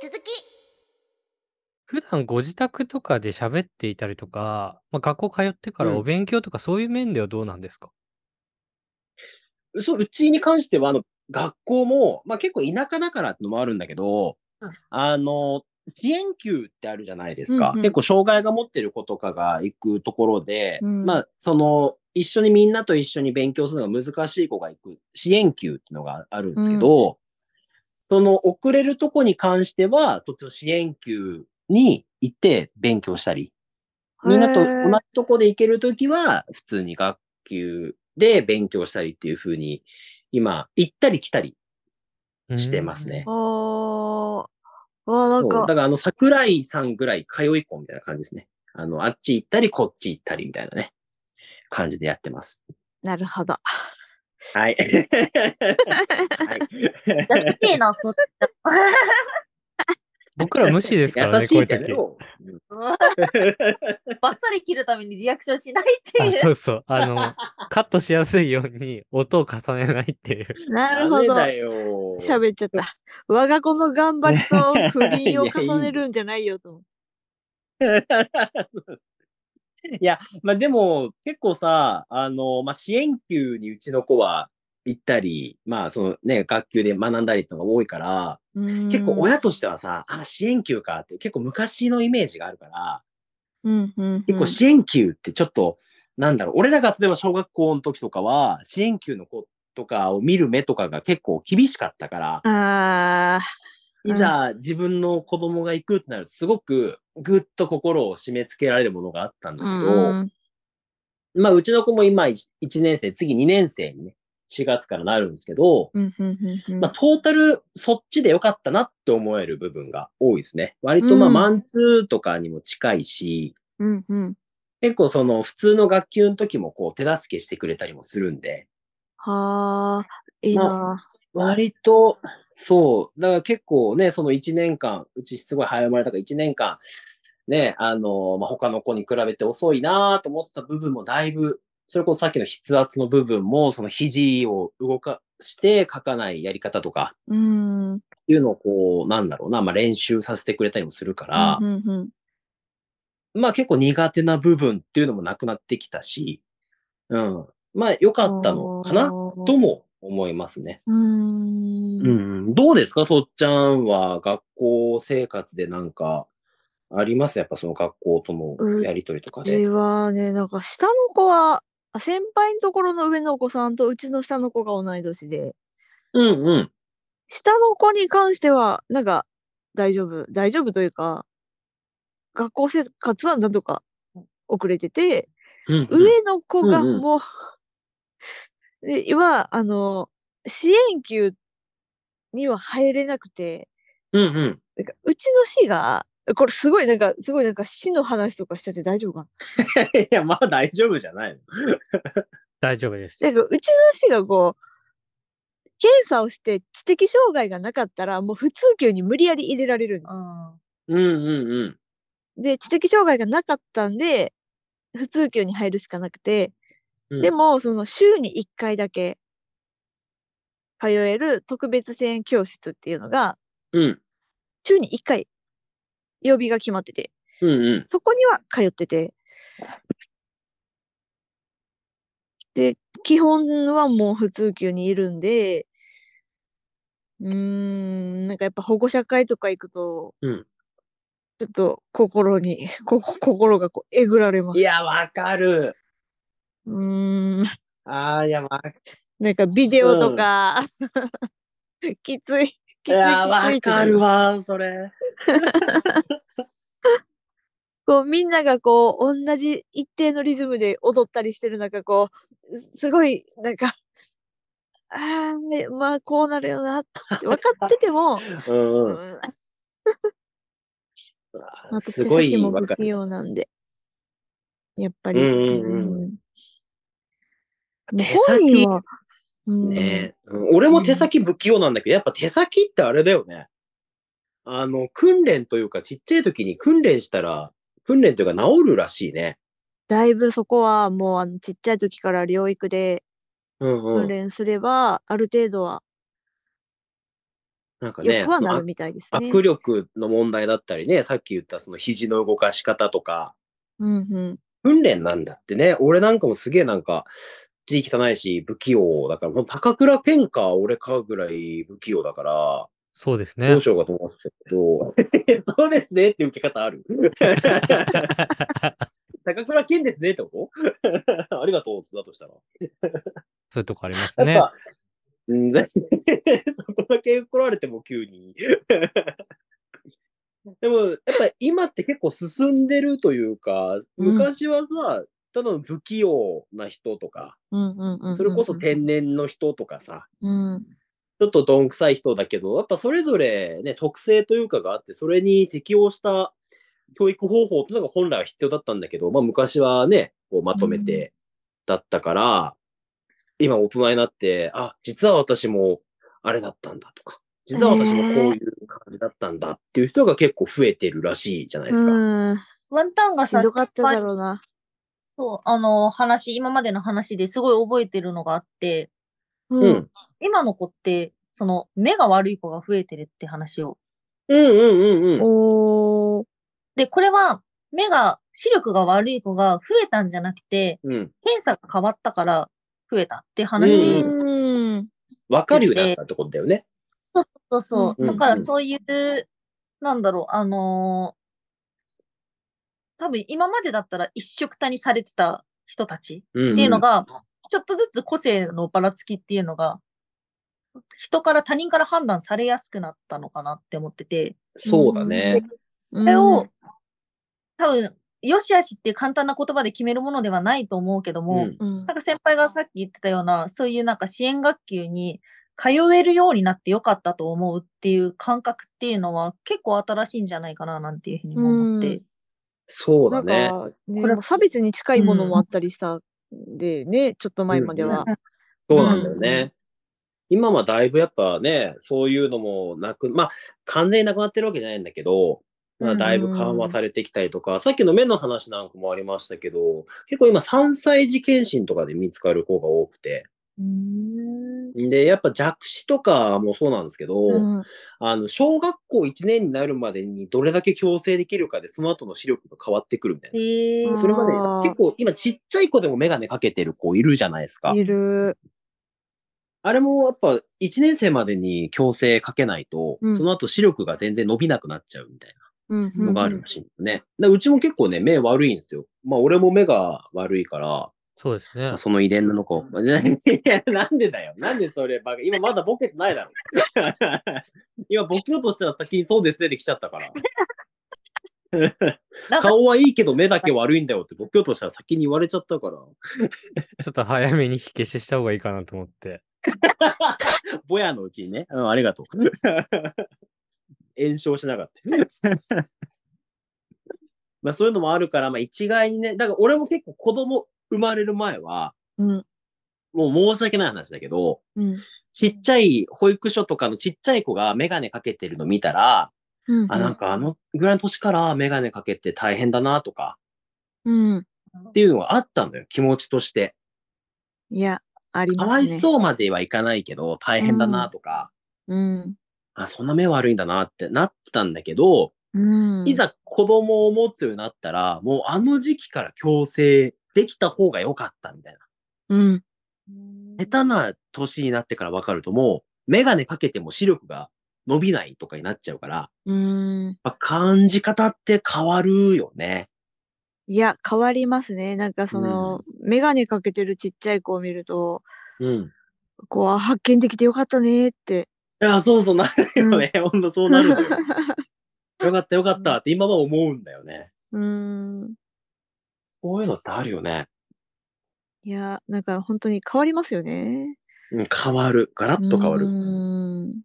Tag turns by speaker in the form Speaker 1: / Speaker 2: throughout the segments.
Speaker 1: 続き
Speaker 2: 普段ご自宅とかで喋っていたりとか、まあ、学校通ってか
Speaker 3: う
Speaker 2: ら
Speaker 3: ん
Speaker 2: お勉強とかそういう面ではどうなんですか
Speaker 3: そう、うちに関しては、あの、学校も、まあ結構田舎だからってのもあるんだけど
Speaker 2: うん、
Speaker 3: あの、支援級ってあるじゃないですか。
Speaker 1: うんうん
Speaker 3: 結構障害が持ってる子とかが行くところで、
Speaker 1: うん
Speaker 3: まあ、その、一緒にみんなと一緒に勉強するのが難しい子が行く支援級っていうのがあるんですけど、その遅れるとこに関しては、途中支援級に行って勉強したり、みんなと同じとこで行けるときは、普通に学級で勉強したりっていうふうに、今、行ったり来たりしてますね。
Speaker 1: おー。わあ、なん
Speaker 3: そうだか
Speaker 1: か、
Speaker 3: ら、あの、桜井さんぐらい通い子みたいな感じですね。あの、あっち行ったり、こっち行ったりみたいなね、感じでやってます。
Speaker 1: なる ほど。
Speaker 3: はい。はい
Speaker 1: 懐かしいな、そっち
Speaker 2: 僕ら無視ですから
Speaker 3: 優
Speaker 2: ね、
Speaker 3: し
Speaker 2: こうい
Speaker 3: いうけ
Speaker 2: 時。
Speaker 3: ど、うん
Speaker 1: バッサリ切るためにリアクションしないって
Speaker 2: あ
Speaker 1: い
Speaker 2: そうそう。あの、カットしやすいように音を重ねないっていう。
Speaker 1: う。なるほど
Speaker 3: ダ。メだよ。
Speaker 1: 喋っちゃ った。我が子の頑張りと不倫を重ねるんじゃないよと思って。
Speaker 3: いや、まあでも結構さ、あの、まあ支援級にうちの子は行ったり、まあそのね、学級で学んだりってのが多いから、結構親としてはさ、あ、支援級かって結構昔のイメージがあるから、
Speaker 1: うん、うんうん、
Speaker 3: 結構支援級ってちょっと、なんだろう、俺らが例えば小学校の時とかは、支援級の子とかを見る目とかが結構厳しかったか
Speaker 1: あ
Speaker 3: ら、
Speaker 1: あ、
Speaker 3: いざ自分の子供が行くってなると、すごくぐっと心を締め付けられるものがあったんだ
Speaker 1: う
Speaker 3: けど、
Speaker 1: ん、うん。
Speaker 3: まあ、うちの子も今1年生、次2年生にね、4月からなるんですけど、
Speaker 1: うん、うん、うん。
Speaker 3: まあ、トータルそっちでよかったなって思える部分が多いですね。割とまあ、
Speaker 1: うん
Speaker 3: マンツーとかにも近いし、
Speaker 1: うん、うん。
Speaker 3: 結構その普通の学級の時もこう手助けしてくれたりもするんで、
Speaker 1: はあ、いいな。
Speaker 3: 割と、そう。だから結構ね、その1年間、うちすごい早生まれたから1年間、ね、あの、まあ、他の子に比べて遅いなと思ってた部分もだいぶ、それこそさっきの筆圧の部分も、その肘を動かして書かないやり方とか、
Speaker 1: うん。
Speaker 3: いうのをこう、なんだろうな、まあ、練習させてくれたりもするから
Speaker 1: う、ん、うん、
Speaker 3: まあ結構苦手な部分っていうのもなくなってきたし、うん。まあ良かったのかなと
Speaker 1: と
Speaker 3: も思いますね。
Speaker 1: うーん。
Speaker 3: うん、どうですか、そっちゃんは学校生活でなんかありますやっぱその学校とのやりとりとか
Speaker 1: うち
Speaker 3: で。
Speaker 1: はね、なんか下の子は、あ先輩のところの上のお子さんとうちの下の子が同い年で、
Speaker 3: うんうん。
Speaker 1: 下の子に関しては、なんか大丈夫、大丈夫というか、学校生活はなんとか遅れてて、
Speaker 3: うんうん、
Speaker 1: 上の子が
Speaker 3: うんうん
Speaker 1: もう、で今、あの、支援級には入れなくて、
Speaker 3: うんうん。
Speaker 1: なんかうちの市が、これすごいなんか、すごいなんか市の話とかしちゃって大丈夫かない
Speaker 3: や、まあ大丈夫じゃないの。
Speaker 2: 大丈夫です。
Speaker 1: なんかうちの市がこう検査をして知的障害がなかったらもう普通級に無理やり入れられるんですよ。
Speaker 3: うんうんうん。
Speaker 1: で知的障害がなかったんで普通級に入るしかなくて、
Speaker 3: うん
Speaker 1: でもその週に1回だけ通える特別支援教室っていうのが
Speaker 3: うん
Speaker 1: 週に1回曜日が決まってて
Speaker 3: うんうん。
Speaker 1: そこには通ってて。で、基本はもう普通級にいるんで、うーん、なんかやっぱ保護者会とか行くと、
Speaker 3: うん
Speaker 1: ちょっと心に、 こ心がこうえぐられま
Speaker 3: い
Speaker 1: す。
Speaker 3: や、わかる。
Speaker 1: うーん、
Speaker 3: ああ、いや、わかる。
Speaker 1: なんかビデオとか、 きつい、きつい、きつい
Speaker 3: いや、
Speaker 1: っ
Speaker 3: わ
Speaker 1: てな
Speaker 3: か
Speaker 1: り
Speaker 3: る
Speaker 1: ます
Speaker 3: わ、それ。
Speaker 1: こうみんながこう同じ一定のリズムで踊ったりしてる中こうすすごいなんかあー、ね、まあこうなるよなって分かってても、
Speaker 3: うん
Speaker 1: う
Speaker 3: うん。
Speaker 1: ん、
Speaker 3: あ
Speaker 1: ま
Speaker 3: ー
Speaker 1: た
Speaker 3: す
Speaker 1: 手
Speaker 3: ごい
Speaker 1: 先も
Speaker 3: わ
Speaker 1: 不
Speaker 3: か
Speaker 1: 器
Speaker 3: る。
Speaker 1: 用なんでやっぱり、
Speaker 3: うんうんうん
Speaker 1: うんもう
Speaker 3: 手
Speaker 1: 本
Speaker 3: 先
Speaker 1: 人は、うん
Speaker 3: ね、うん俺も手先不器用なんだけど、やっぱ手先ってあれだよね。あの、訓練というか、ちっちゃい時に訓練したら、訓練というか治るらしいね。
Speaker 1: だいぶそこはもうあのちっちゃい時から療育で
Speaker 3: うんう
Speaker 1: 訓
Speaker 3: ん。
Speaker 1: 練すれば、ある程度は
Speaker 3: なんかね
Speaker 1: よく、は
Speaker 3: その
Speaker 1: な
Speaker 3: あ
Speaker 1: るみたいですね。
Speaker 3: 握力の問題だったりね、さっき言ったその肘の動かし方とか、
Speaker 1: うんうん。
Speaker 3: 訓練なんだってね、俺なんかもすげえなんか、字汚いし、不器用だから、もう高倉健か、俺かぐらい不器用だから、
Speaker 2: そうです
Speaker 3: ど
Speaker 2: ね
Speaker 3: う。しようかと思ってたけど、 そうですねって受け方あ る高倉健ですねってことありがとう、 だとしたら。
Speaker 2: そういうとこあります
Speaker 3: やっ
Speaker 2: ね。
Speaker 3: ぱ、うん、ぜそこだけ来られても急に。 でも、やっぱり今って結構進んでるというか、
Speaker 1: うん
Speaker 3: 昔はさ、ただの不器用な人とか、
Speaker 1: うんうんうんうん。
Speaker 3: それこそ天然の人とかさ、
Speaker 1: うん。
Speaker 3: ちょっとどんくさい人だけど、やっぱそれぞれね、特性というかがあって、それに適応した教育方法っていうのが本来は必要だったんだけど、まあ昔はね、こうまとめてだったから、今大人になって、あ、実は私もあれだったんだとか、実は私もこういう感じだったんだっていう人が結構増えてるらしいじゃないですか。
Speaker 1: うん。
Speaker 4: ワンタンが
Speaker 1: ひ
Speaker 4: さ、
Speaker 1: どかっただ
Speaker 4: 先輩
Speaker 1: ろうな。
Speaker 4: そう、あの、話、今までの話ですごい覚えてるのがあって、
Speaker 1: う
Speaker 3: うん
Speaker 1: ん。
Speaker 4: 今の子って、その、目が悪い子が増えてるって話を。
Speaker 3: うんうんうんうん。
Speaker 1: おー。
Speaker 4: で、これは、目が、視力が悪い子が増えたんじゃなくて、
Speaker 3: うん。
Speaker 4: 検査が変わったから増えたって
Speaker 1: う
Speaker 4: 話。
Speaker 3: ん
Speaker 1: ん。
Speaker 3: わかるようになったってことだよね。
Speaker 4: そうそうう。
Speaker 1: ん
Speaker 4: だから
Speaker 3: うんうん
Speaker 4: そういう、なんだろう、あのー多分今までだったら一色たにされてた人たち
Speaker 3: うんうん
Speaker 4: っていうのが、ちょっとずつ個性のばらつきっていうのが、人から他人から判断されやすくなったのかなって思ってて、
Speaker 3: そうだね。
Speaker 1: そ
Speaker 4: それを、多分、よしあしっていう簡単な言葉で決めるものではないと思うけど
Speaker 3: う
Speaker 4: も、
Speaker 3: ん。
Speaker 1: うん
Speaker 4: なんか先輩がさっき言ってたような、そういうなんか支援学級に通えるようになってよかったと思うっていう感覚っていうのは結構新しいんじゃないかななんていうふうにも思って。
Speaker 3: そう
Speaker 1: な
Speaker 3: だ
Speaker 1: ん
Speaker 3: ね。
Speaker 1: か、ね、
Speaker 4: これ
Speaker 1: もう差別に近いものもあったりしたんでね、ちょっと前までは。
Speaker 3: そうなんだよね。今はだいぶやっぱね、そういうのもなく、まあ、完全になくなってるわけじゃないんだけど、まあ、だいぶ緩和されてきたりとか、さっきの目の話なんかもありましたけど、結構今3歳児検診とかで見つかる子が多くて、
Speaker 4: うん
Speaker 3: で、やっぱ弱視とかもそうなんですけど、
Speaker 1: うん
Speaker 3: あの、小学校1年になるまでにどれだけ矯正できるかで、その後の視力が変わってくるみたいな。
Speaker 4: へー
Speaker 1: うん
Speaker 3: それまで
Speaker 1: あー
Speaker 3: 結構今ちっちゃい子でもメガネかけてる子いるじゃないですか。
Speaker 1: いる。
Speaker 3: あれもやっぱ1年生までに矯正かけないと、
Speaker 1: うん
Speaker 3: その後視力が全然伸びなくなっちゃうみたい
Speaker 1: うん
Speaker 3: な
Speaker 1: う
Speaker 3: の
Speaker 1: ん
Speaker 3: があるらしいんだよね。ううちも結構ね、目悪いんですよ。まあ俺も目が悪いから、
Speaker 2: そうですね
Speaker 3: まあ。その遺伝なのかを。 いやなんでだよ。なんでそればっか今まだボケてないだろ。 今ボケようとしたら先にそうですねって来ちゃったから。
Speaker 4: なんか
Speaker 3: 顔はいいけど目だけ悪いんだよってボケようとしたら先に言われちゃったから。
Speaker 2: ちょっと早めに火消しした方がいいかなと思って。
Speaker 3: ぼやのうちにね。うん、ありがとう。炎症しなかった。 まあそういうのもあるから、まあ一概にね、だから俺も結構子供生まれる前は、
Speaker 1: うん。
Speaker 3: もう申し訳ない話だけど、
Speaker 1: うん。
Speaker 3: ちっちゃい保育所とかのちっちゃい子がメガネかけてるの見たら、
Speaker 1: うん。
Speaker 3: あ、なんかあのぐらいの年からメガネかけて大変だなとか
Speaker 1: うん。
Speaker 3: っていうのがあったのよ、気持ちとして。
Speaker 1: いや、あり
Speaker 3: か
Speaker 1: ま
Speaker 3: わい
Speaker 1: すね。
Speaker 3: そうまではいかないけど、大変だなとか、
Speaker 1: うん。
Speaker 3: あ、そんな目悪いんだなってなってたんだけど、
Speaker 1: うん。
Speaker 3: いざ子供を持つようになったら、もうあの時期から強制できた方が良かったみたいな。
Speaker 1: うん。
Speaker 3: 下手な年になってから分かるともう、メガネかけても視力が伸びないとかになっちゃうから、
Speaker 1: うん。
Speaker 3: まあ感じ方って変わるよね。
Speaker 1: いや、変わりますね。なんかその、メガネかけてるちっちゃい子を見ると、
Speaker 3: うん。
Speaker 1: こう、あ発見できてよかったねって。
Speaker 3: いや、そうそうなるよね。ほんとそうなるんだよ。よかったよかったって今は思うんだよね。
Speaker 1: うん。
Speaker 3: こういうのってあるよね。
Speaker 1: いや、なんか本当に変わりますよね。
Speaker 3: うん、変わる。ガラッと変わ
Speaker 1: う
Speaker 3: る。
Speaker 1: ん。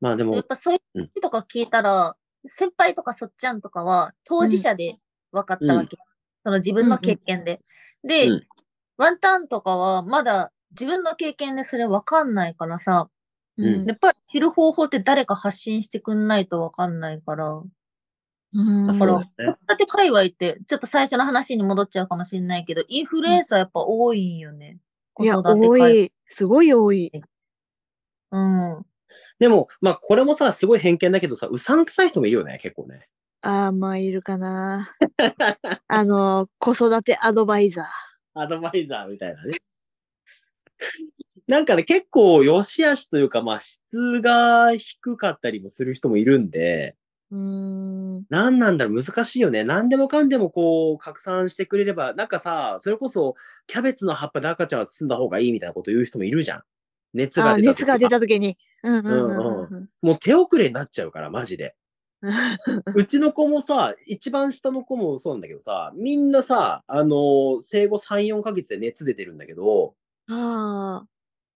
Speaker 3: まあで
Speaker 4: や
Speaker 3: も
Speaker 4: っ、ぱそういう話とか聞いたら、先輩とかそっちゃんとかは当事者で分かったわけ。その自分の経験で。で、
Speaker 3: うん
Speaker 4: ワンタンとかはまだ自分の経験でそれ分かんないからさ、
Speaker 3: うん
Speaker 4: やっぱり知る方法って誰か発信してくんないとわかんないから。
Speaker 1: うん。
Speaker 3: まあ
Speaker 4: ほ
Speaker 3: そ
Speaker 4: ら
Speaker 3: うだね。
Speaker 4: 子育て界隈って、ちょっと最初の話に戻っちゃうかもしれないけど、インフルエンサーやっぱ多いんよね。
Speaker 1: いや、
Speaker 4: 子育て界
Speaker 1: 多い。すごい多い。
Speaker 4: うん。
Speaker 3: でも、まあ、これもさ、すごい偏見だけどさ、うさんくさい人もいるよね、結構ね。
Speaker 1: ああ、まあ、いるか な。あの、子育てアドバイザー。
Speaker 3: アドバイザーみたいなね。なんかね、結構、良し悪しというか、まあ、質が低かったりもする人もいるんで、
Speaker 1: うーん。
Speaker 3: なんなんだろう、難しいよね。何でもかんでもこう、拡散してくれれば、なんかさ、それこそ、キャベツの葉っぱで赤ちゃんは包んだ方がいいみたいなこと言う人もいるじゃん。熱
Speaker 1: あ
Speaker 3: が
Speaker 1: ー
Speaker 3: 出た時。
Speaker 1: 熱が出た時に。うんうんうんうんうん。
Speaker 3: もう手遅れになっちゃうから、マジで。うちの子もさ、一番下の子もそうなんだけどさ、みんなさ、あのー生後3、4ヶ月で熱出てるんだけど、
Speaker 1: ああ。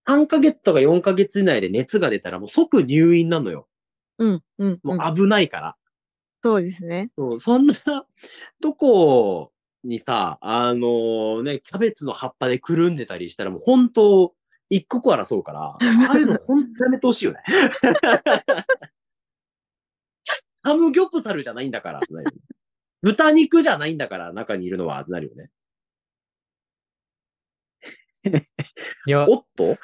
Speaker 3: 3ヶ月とか4ヶ月以内で熱が出たらもう即入院なのよ。
Speaker 1: うんうん、う
Speaker 3: も
Speaker 1: ん。
Speaker 3: う危ないから。
Speaker 1: そうですね。
Speaker 3: そうそんなとこにさ、あのーね、キャベツの葉っぱでくるんでたりしたらもう本当、一刻を争うから、ああいうの本当やめてほしいよね。サムギョプサルじゃないんだからってなるよね、豚肉じゃないんだから、中にいるのはってなるよね。
Speaker 2: いや、
Speaker 3: おっ と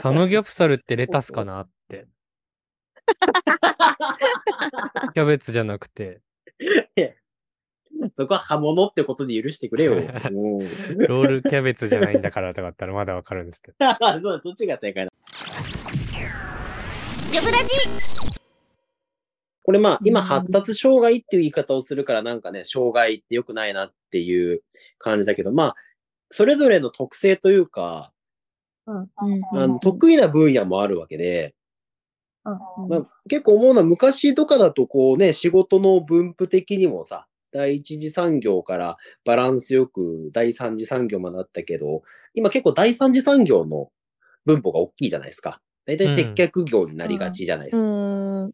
Speaker 2: サムギョプサルってレタスかな って。キャベツじゃなくて、
Speaker 3: そこは刃物ってことで許してくれよ。 もう
Speaker 2: ロールキャベツじゃないんだからとかだったらまだわかるんですけど。
Speaker 3: そうそっちが正解だ。
Speaker 5: ジョブラジ
Speaker 3: これまあ、今、
Speaker 1: うん
Speaker 3: 発達障害っていう言い方をするから、なんかね、障害って良くないなっていう感じだけど、まあ、それぞれの特性というか、
Speaker 4: うん
Speaker 1: うん
Speaker 3: あの得意な分野もあるわけで、
Speaker 4: うん
Speaker 3: まあ、結構思うのは昔とかだとこうね、仕事の分布的にもさ、第一次産業からバランスよく第三次産業まであったけど、今結構第三次産業の分母が大きいじゃないですか。大体接客業になりがちじゃないですか。
Speaker 1: うーん。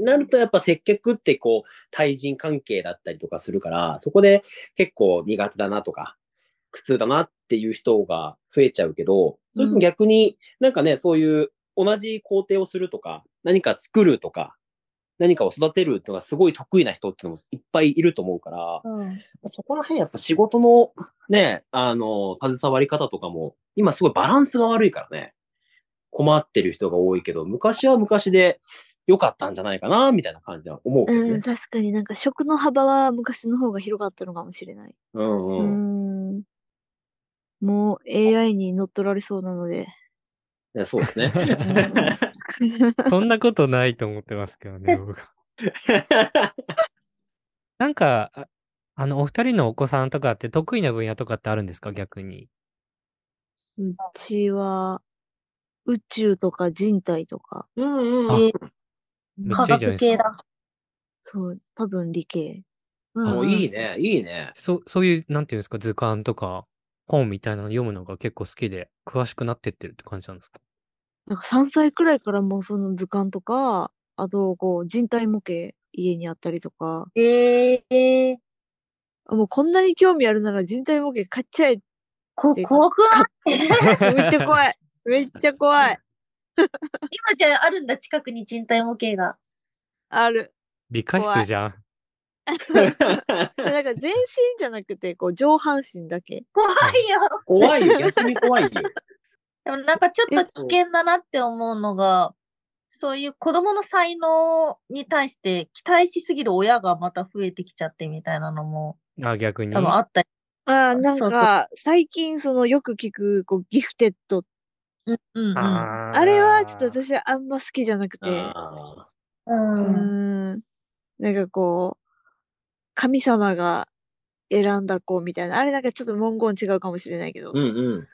Speaker 3: なるとやっぱ接客ってこう、対人関係だったりとかするから、そこで結構苦手だなとか、苦痛だなっていう人が増えちゃうけど、それとも逆になんかね、そういう同じ工程をするとか、何か作るとか、何かを育てるとかすごい得意な人っていうのもいっぱいいると思うから、
Speaker 4: うん
Speaker 3: そこら辺やっぱ仕事のね、あの、携わり方とかも、今すごいバランスが悪いからね、困ってる人が多いけど、昔は昔で良かったんじゃないかな、みたいな感じは思うけど
Speaker 1: うん、
Speaker 3: ね。
Speaker 1: 確かになんか食の幅は昔の方が広かったのかもしれない。
Speaker 3: うん
Speaker 1: う
Speaker 3: うん。
Speaker 1: ーん。もう AI に乗っ取られそうなので。
Speaker 3: いやそうですね。
Speaker 2: そんなことないと思ってますけどね、僕は。なんか、ああの、お二人のお子さんとかって得意な分野とかってあるんですか逆に。
Speaker 1: うちは宇宙とか人体とか、
Speaker 3: うんうん
Speaker 2: あ
Speaker 3: うん。
Speaker 2: めっ
Speaker 4: 科
Speaker 2: ちゃいいじゃない
Speaker 4: 学
Speaker 2: です
Speaker 4: 系
Speaker 2: か。
Speaker 4: だ。
Speaker 1: そう、多分理系。
Speaker 3: もういいね、いいね。
Speaker 2: そう、そういう、なんていうんですか、図鑑とか本みたいなの読むのが結構好きで、詳しくなってってるって感じなんですか
Speaker 1: なんか3歳くらいからもうその図鑑とか、あとこう人体模型家にあったりとか、
Speaker 4: ええ
Speaker 1: あもうこんなに興味あるなら人体模型買っちゃえっ
Speaker 4: こ、
Speaker 1: ていうか
Speaker 4: 怖くない
Speaker 1: て。 めっちゃ怖い。めっちゃ怖い。
Speaker 4: 今じゃあるんだ、近くに人体模型が。
Speaker 1: ある。
Speaker 2: 理科室じゃん。
Speaker 1: なんか全身じゃなくて、こう上半身だけ。
Speaker 4: 怖いよ。
Speaker 3: 怖いよ、逆に怖いよ。
Speaker 4: でもなんかちょっと危険だなって思うのが、そういう子供の才能に対して期待しすぎる親がまた増えてきちゃってみたいなのも
Speaker 2: あ、逆に。
Speaker 4: 多分あったり。
Speaker 1: ああ、
Speaker 4: そう
Speaker 1: なん
Speaker 4: そう
Speaker 1: か最近そのよく聞くこうギフテッド。
Speaker 4: うんうんうん。
Speaker 2: あー
Speaker 1: あれはちょっと私はあんま好きじゃなくて。
Speaker 3: あ
Speaker 1: う
Speaker 4: うん
Speaker 1: ーん。なんかこう、神様が選んだ子みたいな。あれなんかちょっと文言違うかもしれないけど
Speaker 3: ーう。んうん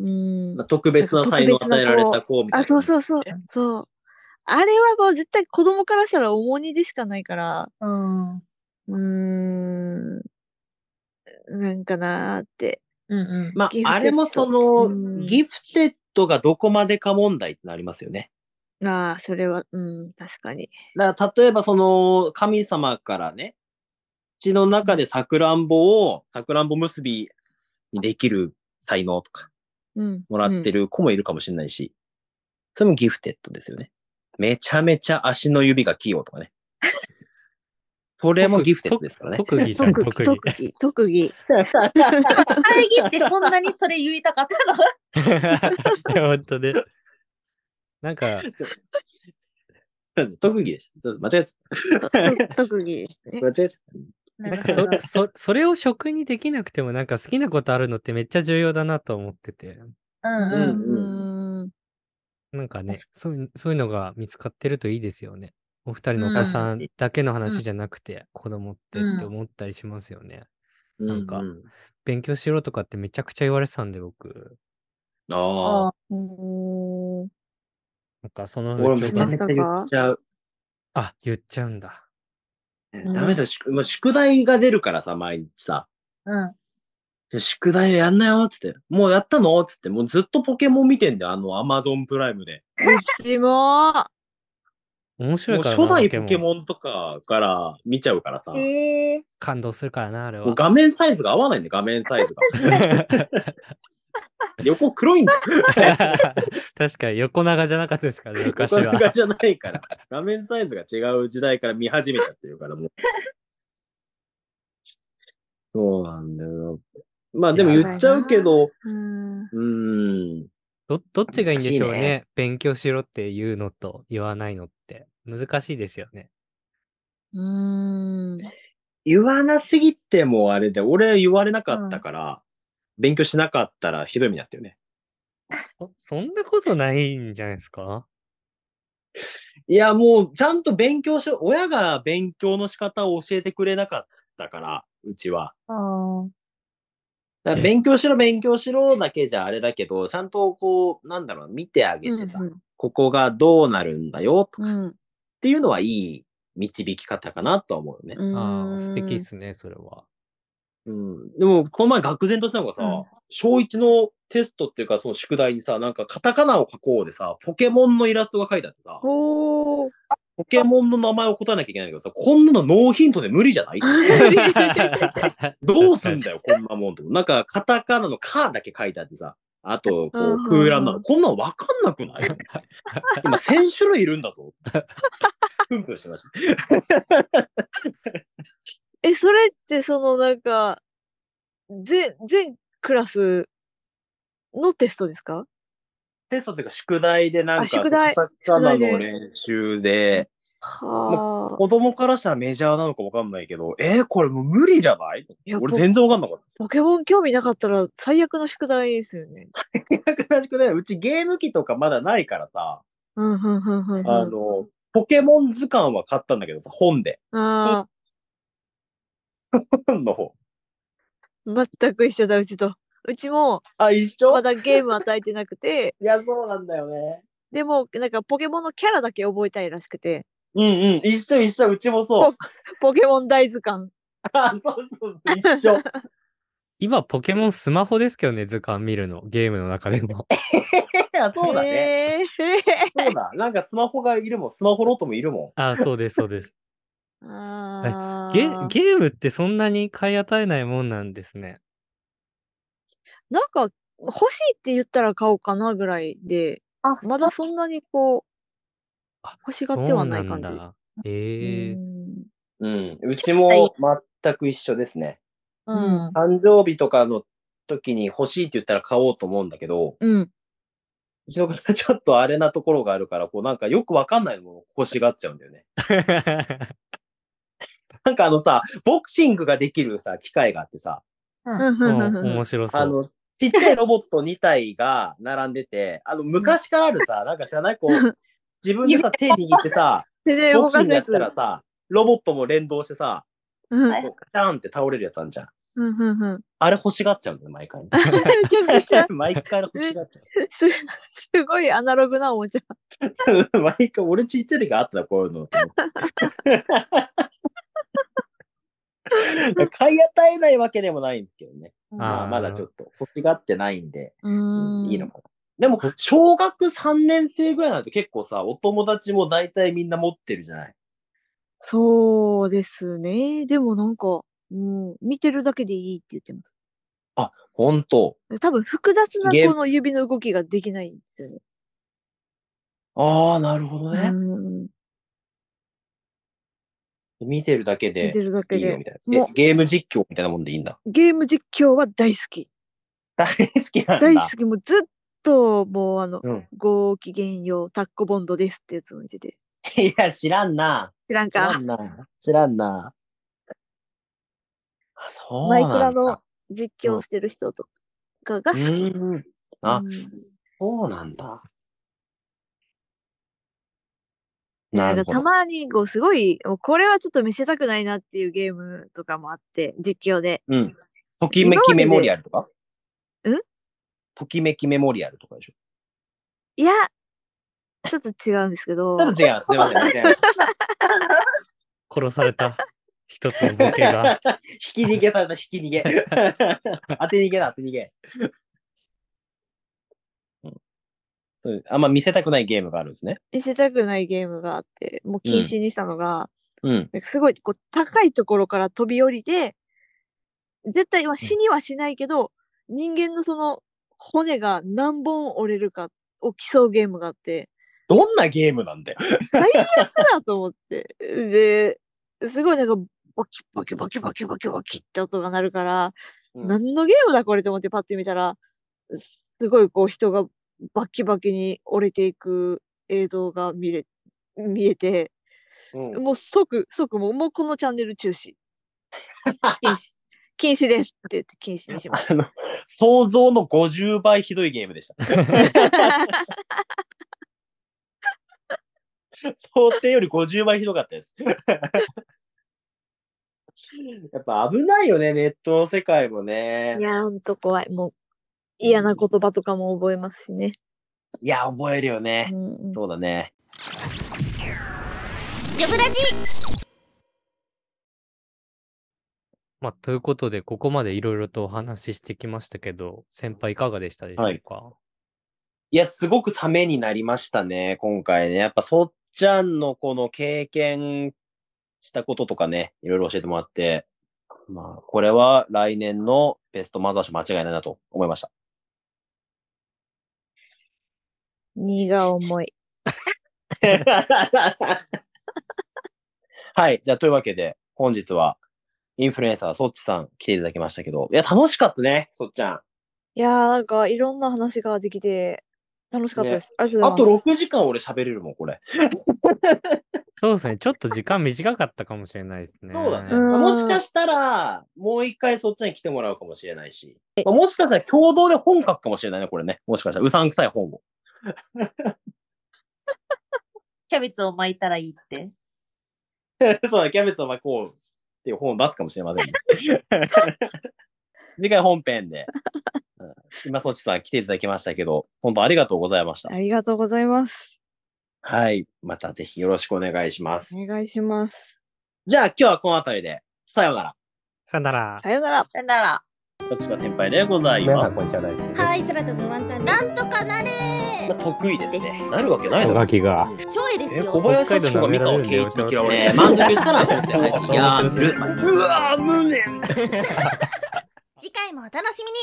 Speaker 1: うん
Speaker 3: まあ。特別な才能を与えられた子みたいな。
Speaker 1: あ、そうそうそう
Speaker 3: ね。
Speaker 1: そう。あれはもう絶対子供からしたら重荷でしかないから、
Speaker 4: うん。うん
Speaker 1: うーん、なんかなーって。
Speaker 4: うん。
Speaker 3: ま
Speaker 1: ギフテッド
Speaker 3: あ、あれもそ
Speaker 1: うん
Speaker 3: の、ギフテッドがどこまでか問題ってなりますよね。
Speaker 1: ああ、それは、うん、確かに。
Speaker 3: だから例えばその、神様からね、血の中でさくらんぼを、さくらんぼ結びにできる才能とか、
Speaker 1: うん。
Speaker 3: もらって
Speaker 1: る。
Speaker 3: る子もいるかもしれないし、それもギフテッドですよね。めちゃめちゃ足の指が器用とかね。それもギフテッドですからね。
Speaker 2: 特技じゃん、
Speaker 1: 特
Speaker 2: 特
Speaker 1: 技、
Speaker 2: 技。
Speaker 1: 特技、特技。
Speaker 4: 会議ってそんなにそれ言いたかったの
Speaker 2: いや本当ね。なんか、
Speaker 3: 特技です。どうぞ間違えち
Speaker 1: と特技です
Speaker 3: ゃっ
Speaker 1: ね
Speaker 3: た。。間違えちゃっ
Speaker 2: なんかそそそれを職にできなくてもなんか好きなことあるのってめっちゃ重要だなと思ってて
Speaker 4: うん
Speaker 1: う
Speaker 4: うん。
Speaker 1: ん。
Speaker 2: なんかね
Speaker 4: 確
Speaker 2: そういうそういうのが見つかってるといいですよねお二人のお
Speaker 4: う
Speaker 2: 子
Speaker 4: ん
Speaker 2: さんだけの話じゃなくて、子供って
Speaker 4: うん
Speaker 2: って思ったりしますよね、
Speaker 3: た。
Speaker 2: なんか
Speaker 3: うう
Speaker 2: 勉強しろとかってめちゃくちゃ言われてたんで僕
Speaker 3: ああ。
Speaker 1: うん。
Speaker 2: なんかその風
Speaker 3: 俺め
Speaker 2: に
Speaker 3: ちゃめちゃ言っちゃう。
Speaker 2: あ言っちゃうんだ
Speaker 3: え
Speaker 1: ん
Speaker 3: ダメだよ、宿もう宿題が出るからさ、毎日さ。
Speaker 4: うん。
Speaker 3: 宿題やんなよ、つって。もうやったのつって。もうずっとポケモン見てんだよ、あの、アマゾンプライムで。
Speaker 1: うちも。
Speaker 2: 面白い
Speaker 3: も
Speaker 2: うから
Speaker 3: 初代ポケ
Speaker 2: ン
Speaker 3: モンとかから見ちゃうからさ。も
Speaker 4: へえ。
Speaker 2: 感動するからなあれ
Speaker 3: う
Speaker 2: は
Speaker 3: 画面サイズが合わないんだよ、画面サイズが。横黒いんだよ。
Speaker 2: 確かに横長じゃなかったです からね昔
Speaker 3: 横
Speaker 2: は
Speaker 3: 長じゃないから。画面サイズが違う時代から見始めちゃってるから、 もう。そうなんだよな。まあでも言っちゃうけど、
Speaker 1: うん。
Speaker 3: うーん。
Speaker 2: どどっちがいいんでしょうね
Speaker 3: 難しい
Speaker 2: 勉強しろって言うのと言わないのって難しいですよね。
Speaker 1: うん。
Speaker 3: 言わなすぎてもあれで、俺は言われなかったから、勉強しなかったらひどい目になったよね。
Speaker 2: そそんなことないんじゃないですか
Speaker 3: いや、もう、ちゃんと勉強しろ、親が勉強の仕方を教えてくれなかったから、うちは。
Speaker 4: ああ。
Speaker 3: だから
Speaker 2: え
Speaker 3: 勉強しろ、勉強しろだけじゃあれだけど、ちゃんとこう、なんだろう、見てあげてさ、ここがどうなるんだよ、とか
Speaker 1: うん。
Speaker 3: っていうのはいい導き方かなとは思うよね。
Speaker 2: ああ、素敵っ
Speaker 1: っ。
Speaker 2: すね、そ れは。
Speaker 3: うん。でも、この前、愕然としたのがさ、
Speaker 4: うん
Speaker 3: 小1のテストっていうか、その宿題にさ、なんかカタカナを書こうでさ、ポケモンのイラストが書いてあってさ、
Speaker 1: おお。
Speaker 3: ポケモンの名前を答えなきゃいけないんだけどさ、こんなのノーヒントで無理じゃない どうすんだよ、こんなもんと。なんか、カタカナのカだけ書いてあってさ、あと、こ
Speaker 1: うんうんう
Speaker 3: う、
Speaker 1: ん
Speaker 3: 空欄なの。こんなのわかんなくない 今、1000種類いるんだぞ。ふんふんしてまし た。
Speaker 1: え、それってそのなんか、全、全クラスのテストですか
Speaker 3: テストっていうか、宿題でなんか、
Speaker 1: あ宿題
Speaker 3: カタカナの
Speaker 1: 宿題で
Speaker 3: 練習で、
Speaker 1: はあ。
Speaker 3: 子供からしたらメジャーなのかわかんないけど、えーこれもう無理じゃない
Speaker 1: いや
Speaker 3: 俺
Speaker 1: ポ
Speaker 3: 全然わかんなかっ
Speaker 1: ポケモン興味なかったら最悪の宿題ですよね。
Speaker 3: た。詳しくね、うちゲーム機とかまだないからさ、
Speaker 1: うん、うん、うん、うんうん。
Speaker 3: あの、ポケモン図鑑は買ったんだけどさ、本で。
Speaker 1: あ
Speaker 3: 本の方。
Speaker 1: あ、全く一緒だ、うちと。うちも、
Speaker 3: あ、一緒
Speaker 1: まだゲーム与えてなくて、
Speaker 3: いや、そうなんだよね。
Speaker 1: でも、なんかポケモンのキャラだけ覚えたいらしくて、
Speaker 3: うんうん、一緒一緒、うちもそう。
Speaker 1: ポケモン大図鑑。
Speaker 3: あ、そうそうそう、一 緒。
Speaker 2: 今、ポケモンスマホですけどね、図鑑見るの。ゲームの中 でも。
Speaker 3: あそうだね。
Speaker 1: ね。
Speaker 3: そうだ。なんかスマホがいるもん、スマホノートもいるも
Speaker 2: ああ、そうです、そうです。
Speaker 1: あ
Speaker 2: ゲ
Speaker 1: ー
Speaker 2: ゲームってそんなに買い与えないもんなんですね。
Speaker 1: なんか欲しいって言ったら買おうかなぐらいで、
Speaker 4: あ、
Speaker 1: まだそんなにこう
Speaker 2: あ、
Speaker 1: 欲しがってはない感じ
Speaker 2: そう。んだ。ええ
Speaker 1: うん
Speaker 3: ん。うん、うちも全く一緒ですね。
Speaker 4: う
Speaker 1: うん
Speaker 4: ん。
Speaker 3: 誕生日とかの時に欲しいって言ったら買おうと思うんだけど、
Speaker 1: うん。
Speaker 3: うちの子がちょっとあれなところがあるから、こうなんかよくわかんないものを欲しがっちゃうんだよね。なんかあのさ、ボクシングができるさ、機械があってさ、
Speaker 1: うんうん
Speaker 2: うん
Speaker 1: うんうん
Speaker 2: 面白そ
Speaker 3: あ
Speaker 2: う。
Speaker 3: の、ちっちゃいロボット2体が並んでて、あの、昔からあるさ、なんか知らないこう、自分でさ、手握ってさ、
Speaker 1: 手で
Speaker 3: ボ
Speaker 1: 動
Speaker 3: クシ
Speaker 1: か
Speaker 3: ン
Speaker 1: す
Speaker 3: グや
Speaker 1: や
Speaker 3: っ
Speaker 1: つ。
Speaker 3: たらさ、ロボットも連動してさ、
Speaker 1: うん
Speaker 4: はい
Speaker 3: こうカチャーンって倒れるやつあるじゃん。
Speaker 1: うんうんうん。
Speaker 3: あれ欲しがっちゃうんだよ、毎回。
Speaker 1: めちゃくちゃ、
Speaker 3: 毎回あれ欲しがっちゃう。
Speaker 1: すすごいアナログなおもちゃ。
Speaker 3: 毎回、俺ちっちゃい時あったな、こういう のと思って。買い与えないわけでもないんですけどね。ま
Speaker 2: あ
Speaker 3: あ、
Speaker 2: ー
Speaker 3: まだちょっと欲しがってないんで、
Speaker 1: う
Speaker 3: いいの
Speaker 1: ん。
Speaker 3: かな。でも、小学3年生ぐらいになると結構さ、お友達も大体みんな持ってるじゃない。
Speaker 1: そうですね。でもなんか、うん、見てるだけでいいって言ってます。
Speaker 3: ほんと。
Speaker 1: 多分複雑な
Speaker 3: ゲー
Speaker 1: この指の動きができないんですよね。
Speaker 3: ああ、なるほどね。
Speaker 1: うん、
Speaker 3: 見てるだけ
Speaker 1: 見て
Speaker 3: で
Speaker 1: るだ
Speaker 3: い
Speaker 1: け
Speaker 3: いよ
Speaker 1: で
Speaker 3: み。たいな。
Speaker 1: も
Speaker 3: えゲーム実況みたいなもんでいいんだ。
Speaker 1: ゲーム実況は大好き。
Speaker 3: 大好きなん
Speaker 1: 大
Speaker 3: だ。
Speaker 1: 好き。もうずっと、もうあの、
Speaker 3: うん。
Speaker 1: ごきげんよう、タッコボンドですってやつも見てて。
Speaker 3: いや、知らんな。
Speaker 1: 知らん
Speaker 3: 知ら
Speaker 1: か。
Speaker 3: んな。知らんな。あそう
Speaker 1: マ
Speaker 3: な
Speaker 1: イ
Speaker 3: んだ。
Speaker 1: クラの実況してる人とかが好
Speaker 3: う
Speaker 1: き。
Speaker 3: ーん。あ
Speaker 1: うん
Speaker 3: そうなんだ。
Speaker 1: な
Speaker 3: なんる
Speaker 1: かた
Speaker 3: ほど。
Speaker 1: まにこうすごい、もうこれはちょっと見せたくないなっていうゲームとかもあって、実況で。
Speaker 3: うん。ときめきメモリアルとか
Speaker 1: ん
Speaker 3: ときめきメモリアルとかでしょ
Speaker 1: いや、ちょっと違うんですけど、
Speaker 3: 多分違います。すいません。すいま
Speaker 2: 殺された一つのボケが。
Speaker 3: せんひき逃げされた、ひき逃げ。 当て逃げだ、当て逃げ。うんそういうあんま見せたくないゲームがあるんですね。
Speaker 1: 見せたくないゲームがあって、もう禁止にしたのが、
Speaker 3: うん。
Speaker 1: なんかすごいこう高いところから飛び降りて、絶対は死にはしないけど、人間のその骨が何本折れるかを競うゲームがあって、
Speaker 3: どんなゲームなんだよ。
Speaker 1: 最悪だと思って。で、すごいなんか、バキバキバキバキバキバキって音が鳴るから、
Speaker 3: うん
Speaker 1: 何のゲームだこれと思ってパッて見たら、すごいこう人がバキバキに折れていく映像が見れ、見えて、
Speaker 3: うん
Speaker 1: もう即、即もう、もうこのチャンネル中 止。禁止。禁止ですって言って禁止にしま し
Speaker 3: あの、想像の50倍ひどいゲームで した。
Speaker 1: た。
Speaker 3: 想定より50倍ひどかったです。 やっぱ危ないよね、ネットの世界もね
Speaker 1: い。や、ほんと怖い。もう嫌な言葉とかも覚えますしね。
Speaker 3: いや、覚えるよね
Speaker 1: う。んうん
Speaker 3: そうだね。
Speaker 4: ジョブラジ
Speaker 2: まあ、ということで、ここまでいろいろとお話ししてきましたけど、先輩いかがでしたでしょうか、
Speaker 3: いや、すごくためになりましたね、今回ね。やっぱ、そっちゃんのこの経験したこととかね、いろいろ教えてもらって、まあ、これは来年のベストマザー賞間違いないなと思いました。
Speaker 1: 荷が重い。
Speaker 3: はい。じゃあ、というわけで、本日は、インフルエンサー、そっちさん来ていただきましたけど、いや、楽しかったね、そっちゃん。
Speaker 1: いやーなんかいろんな話ができて楽しかったです。ありが
Speaker 3: あ
Speaker 1: と
Speaker 3: と
Speaker 1: うございます。
Speaker 3: 6時間俺喋れるもん、これ。
Speaker 2: そうですね。ちょっと時間短かったかもしれないですね。
Speaker 3: そうだね。
Speaker 1: うん
Speaker 3: もしかしたら、もう一回そっちに来てもらうかもしれないし、まあもしかしたら共同で本書くかもしれないね、これね。もし かしたら、うさんくさい本を。
Speaker 4: キャベツを巻いたらいいって。
Speaker 3: そうだ、キャベツはこうっていう本を出すかもしれませんね、 次回本編で、うん今そっちさん来ていただきましたけど、本当ありがとうございました
Speaker 1: あ。りがとうございます。
Speaker 3: はい。またぜひよろしくお願いします。
Speaker 1: お願いします。
Speaker 3: じゃあ今日はこの辺りで、さようなら。
Speaker 2: さよなら。
Speaker 1: さよなら。
Speaker 4: なんなら、
Speaker 3: どっちか先輩でございます。
Speaker 2: んにちは、大好きです。
Speaker 5: はい、空飛ぶワンタンです。なんとかなれ
Speaker 3: まあ、得意です
Speaker 5: で
Speaker 3: ね。
Speaker 5: す
Speaker 3: なるわけないだろ。
Speaker 2: きが
Speaker 5: 超えです
Speaker 3: え、
Speaker 5: よ。
Speaker 3: 小林幸子が三河圭一に嫌われて、満足したら音声配信やめる。うわー、無念
Speaker 5: 次回もお楽しみに。